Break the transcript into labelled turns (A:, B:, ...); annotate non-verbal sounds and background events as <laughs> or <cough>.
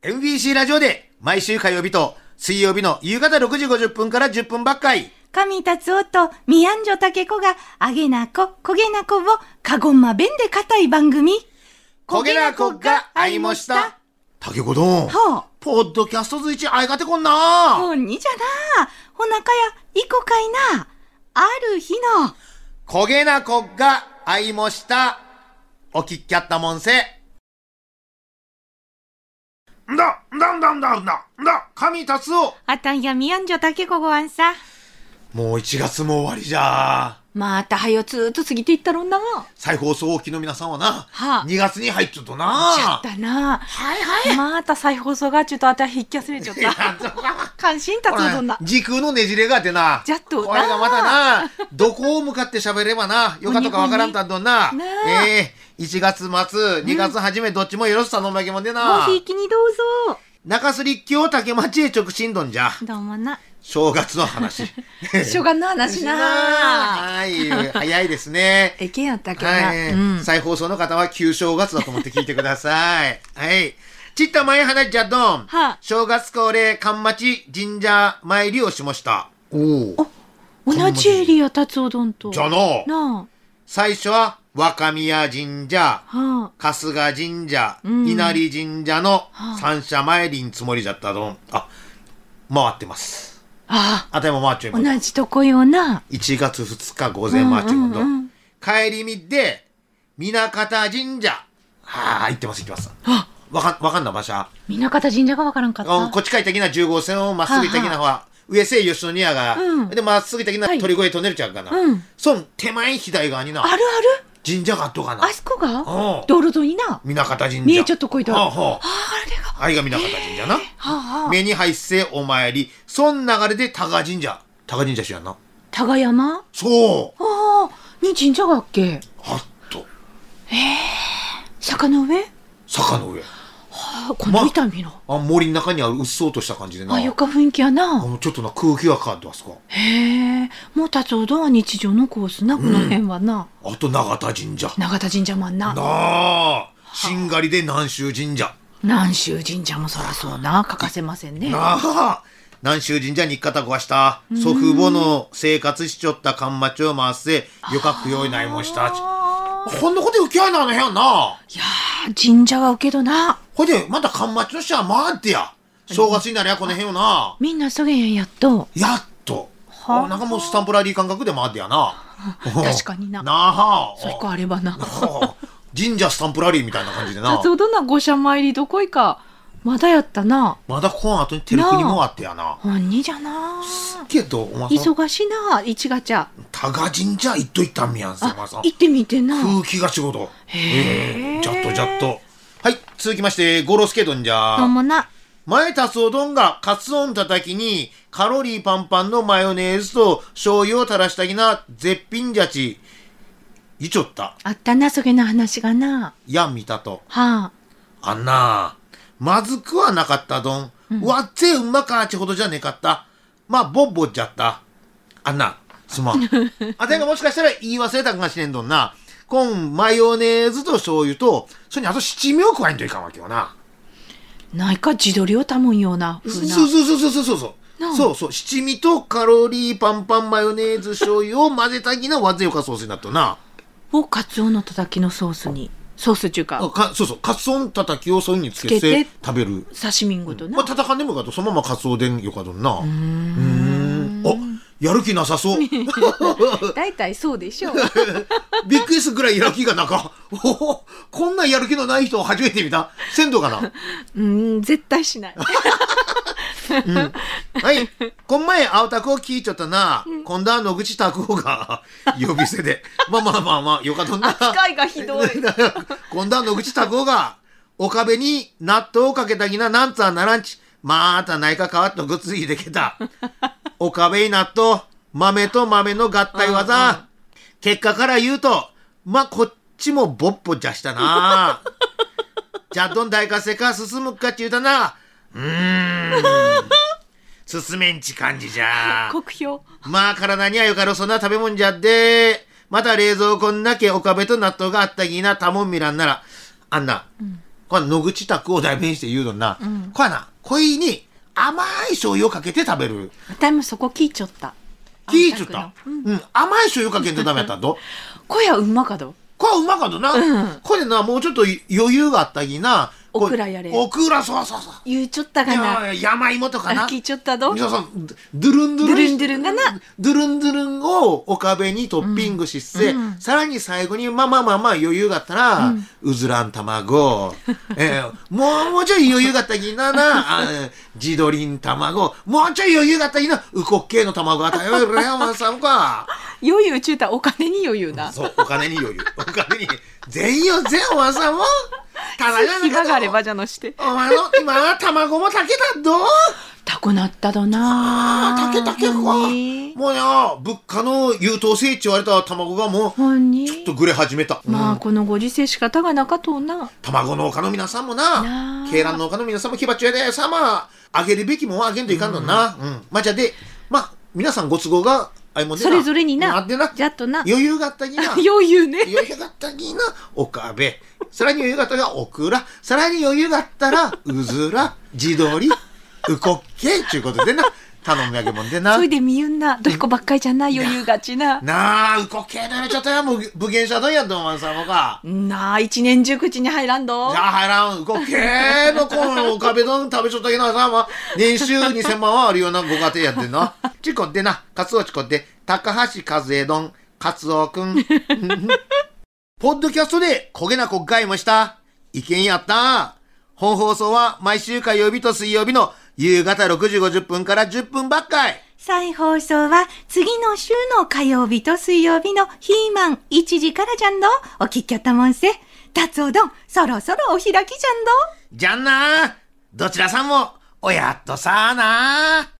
A: MBC ラジオで毎週火曜日と水曜日の夕方6時50分から10分ばっかり。
B: 神達夫とミヤンジョタケコが、あげなこ、こげなこを、かごんま弁で固い番組。
A: 焦げなこが会いました。竹子どん。
B: ほ
A: ポッドキャストずいち会いがてこんな
B: う、ほんにじゃな。ほなかや、いこかいな。ある日の、
A: 焦げなこが会いました。お聞きやったもんせ。んだ、んだんだんだんだ、んだ、神達夫。
B: あたんやミヤンジョタケコごわんさ。
A: もう1月も終わりじゃ。
B: またはよずーっと過ぎていったろんな。
A: 再放送をお聞きの皆さんはな、
B: はあ
A: 2月に入っちゃうとな。
B: ちゃったな。
A: はいはい。
B: また再放送がちょっとあたひっきゃすれちゃっ
A: いや
B: た。
A: ちょっとな
B: 関心達夫どんな。
A: 時空のねじれがあってな。
B: じゃっとな
A: これがまたな、どこを向かって喋ればな、よかとかわからんたんどんな。
B: ほにほになあ
A: ええ1月末、2月初め、どっちもよろしさのまげもんで
B: ご
A: な。
B: ひいきにどうぞ。
A: 中すり京竹町へ直進どんじゃ。
B: どうもな。
A: 正月の
B: <laughs>
A: 話。
B: 初眼の話な。
A: はい、早いですね。
B: えけんやったっけな。
A: はい、
B: うん。
A: 再放送の方は旧正月だと思って聞いてください。はい。ちった前話じゃどん。
B: はあ
A: 正月恒例、神町神社参りをしました。おお。
B: 同じエリア達夫どんと。
A: じゃ
B: な
A: の。
B: あ。
A: 最初は若宮神社、
B: はあ。
A: 春日神社、
B: うん
A: 稲荷神社の
B: あ
A: 三社参りにつもりじゃったどん。あ、回ってます。
B: あ
A: あたりも回っちゃい
B: あ。
A: ます。
B: 同じとこよな。
A: 1月2日午前回っちゃいますど
B: うんうんうん
A: 帰り見で、皆方神社。ああ、行ってます行ってます。
B: あ、
A: わかん、わかんな場所は
B: 南方神社がわからんかっ
A: うんこ
B: た。
A: っち帰ったきな10号線をまっすぐ行ったきなほら、上瀬吉野宮が、
B: うん
A: で、まっすぐ行ったきな
B: はい
A: 鳥越トンネルちゃうかな。
B: うん
A: そん、手前左側にな、
B: あるある
A: 神社があっとかな
B: あ。そこが
A: うん
B: 道路沿いにな。
A: 皆方神社。
B: 見えちょっとこいと。
A: はあ
B: あ
A: はあ。
B: あれが。は
A: あいが皆方神社な。
B: あはあ。
A: 目に入っせお参り。そん流れで多賀神社。多賀神社知らんな。
B: 多賀山
A: そう。
B: ああ。に神社があっけ
A: あっと、
B: 坂の上
A: 坂の上。
B: あこの痛みの。
A: あ、森の中にあるうっそうとした感じでな。
B: あ、よか雰囲気や
A: あ
B: な。
A: のちょっとな空気が変わってますか。
B: へえ。もう達夫どんは日常のコースな、この辺はな。
A: あと永田神社。
B: 永田神社もあんな
A: な。あ、しんがりで南州神社。
B: 南州神社もそらそうな欠かせませんね
A: なあ、南州神社に行かたこはした。祖父母の生活しちょった間町を回して、よかくよいないもんした。
B: あ
A: こんなこと受け合いなあの部屋な。
B: ーいやー神社が受けどな
A: ほいで、また間町の人は回ってや。正月になりゃこの辺をな。
B: みんなそげんやんやっと
A: やっと。
B: はあ
A: なんかもうスタンプラリー感覚で回ってやな。
B: 確かにな
A: なあ。
B: そこあればな
A: はあ <laughs> 神社スタンプラリーみたいな感じでな
B: 達。夫どんな御社参りどこいかまだやったな
A: まだこの後にテレクにもあってやな。
B: 本人じゃな
A: けど、お前さん、
B: 忙しいな一ガチャ
A: 多賀神社行っといたんみやんす、お前
B: あ
A: さん。
B: 行ってみてな
A: 空気が仕事。
B: へー
A: ええじゃっとじゃっと。はい、続きまして、ゴロスケ丼じ
B: どう
A: ゃ。
B: もな
A: 前達お丼がカツオンたたきに、カロリーパンパンのマヨネーズと醤油を垂らしたきな絶品じゃち。いちょった。
B: あったなそげな話がな
A: やん見たと。
B: はあ
A: あんなあ、まずくはなかったどん。うわっぜうまかちほどじゃねえかった。まあ、ぼっぼっちゃった。あんな、すま <laughs> ん。あたいがもしかしたら言い忘れたかもしれんどんな。こん、マヨネーズと醤油と、それにあと七味を加えんといかんわけよな。
B: ないか自撮りをたもんようなふ
A: そうう
B: な
A: そうそうそうそうそうそう
B: な。あ
A: そうそう、七味とカロリーパンパンマヨネーズ醤油を混ぜたぎなわぜよかソースになったな。
B: をカツオのたたきのソースにソース中
A: あ
B: 華
A: かそうそう、カツオンたたきをそういうふうにつけ
B: つ
A: て
B: けて
A: 食べる。
B: 刺身んごとな
A: まあ、たたかんでもよかと、そのままカツオでんよかとな。うーん。あ、やる気なさ
B: <laughs>
A: そう。
B: 大体そうでしょう。
A: びっくりするぐらいやる気がなか。おおこんなやる気のない人を初めて見た。鮮度かな。
B: うん、絶対
A: <laughs>
B: しない。
A: はい。こん前、青タクを聞いちゃったな。今度は野口拓夫が呼び捨てで。まあまあまあまあ、よかとな。
B: 扱いがひ
A: <laughs>
B: どい。
A: 今度は野口拓夫が、岡部に納豆をかけたぎな、なんつはならんち。またないか変わっとぐっついでけた。岡部に納豆、豆と豆の合体技。結果から言うと、まあ、こっちもぼっぽじゃしたな。じゃあ、どん大活性化進むかって言うたな。うーん。進めんち感じじゃ。
B: 酷評。
A: まあ体にはよかろそんな食べ物じゃって。また冷蔵庫んなけおかべと納豆があったぎなたもんみらんなら。あんな、これ野口拓を代弁して言うのにな、
B: うん
A: これな恋に甘い醤油をかけて食べる
B: 私もそこ聞いちょった
A: 聞いちょった
B: あんたくのうん
A: うん、甘い醤油かけんとダメやったと
B: こやうまかど
A: これうまかったな、
B: うん
A: これなもうちょっと余裕があったきなこう
B: オクラやれ
A: オクラそうそうそう
B: 言うちょった
A: い
B: かな
A: や山芋とかな
B: あ聞いちょったど
A: 皆さんドゥルンドゥルン
B: ドゥルンドゥルンがな
A: ドゥルンドゥルンを岡部にトッピングしっせ、
B: うんうん
A: さらに最後にまあまあまあまあ余裕があったら、う
B: うん
A: ずらん卵、えーもうもうちょい余裕があったきななあー地鶏ん卵もうちょい余裕があったきなうこっけいの卵が頼るやまさんか
B: 余裕ちゅうたらお金に余裕な
A: そうお金に余裕お金に全よ全おまさんもただじゃな
B: <laughs> 暇があれ
A: か
B: ばじゃのして
A: とお前の今は卵も炊けたどう
B: たこなったどな
A: ああ、竹竹か。もう
B: に
A: や、物価の優等生って言われた卵がもう、
B: ほんに
A: ちょっとぐれ始めた。
B: ま
A: う
B: あ
A: ん
B: このご時世仕方がなかとうな
A: 卵農家の皆さんも
B: な
A: な、
B: あ
A: 鶏卵農家の皆さんも牙ばっちゅうやで、さあまあ、あげるべきもんはあげんといかんのな。うん。まあじゃあで、まあ、皆さんご都合があいもんで
B: それぞれにな
A: あってな。
B: じゃっとな
A: 余裕があったきな。
B: <laughs> 余裕ね
A: 余裕があったきな、岡部。さらに余裕があったら、オクラ。さらに余裕があったら、うずら、地鶏、うこっけいちゅうことでな、頼み上げもんでな。
B: そいでみゆんなどいこばっかりじゃない余裕がちな
A: なあ、うこけえなめちゃったやもう、武芸者どんやと思うさもか。
B: なあ一年中口に入らん
A: じ
B: ど
A: ゃあ入らん、うこけえのこの壁丼食べちょったけなさ、まあ、年収2000万はあるようなご家庭やってんな。ちこってな、カツオちこって、高橋和江丼、カツオくん。ポッドキャストで焦げなこっかいもした。意見やった。本放送は毎週火曜日と水曜日の夕方6時50分から10分ばっかい。
B: 再放送は次の週の火曜日と水曜日のヒーマン1時からじゃんどお聞きやったもんせ達おどんそろそろお開きじゃんど
A: じゃんなどちらさんも、おやっとさあな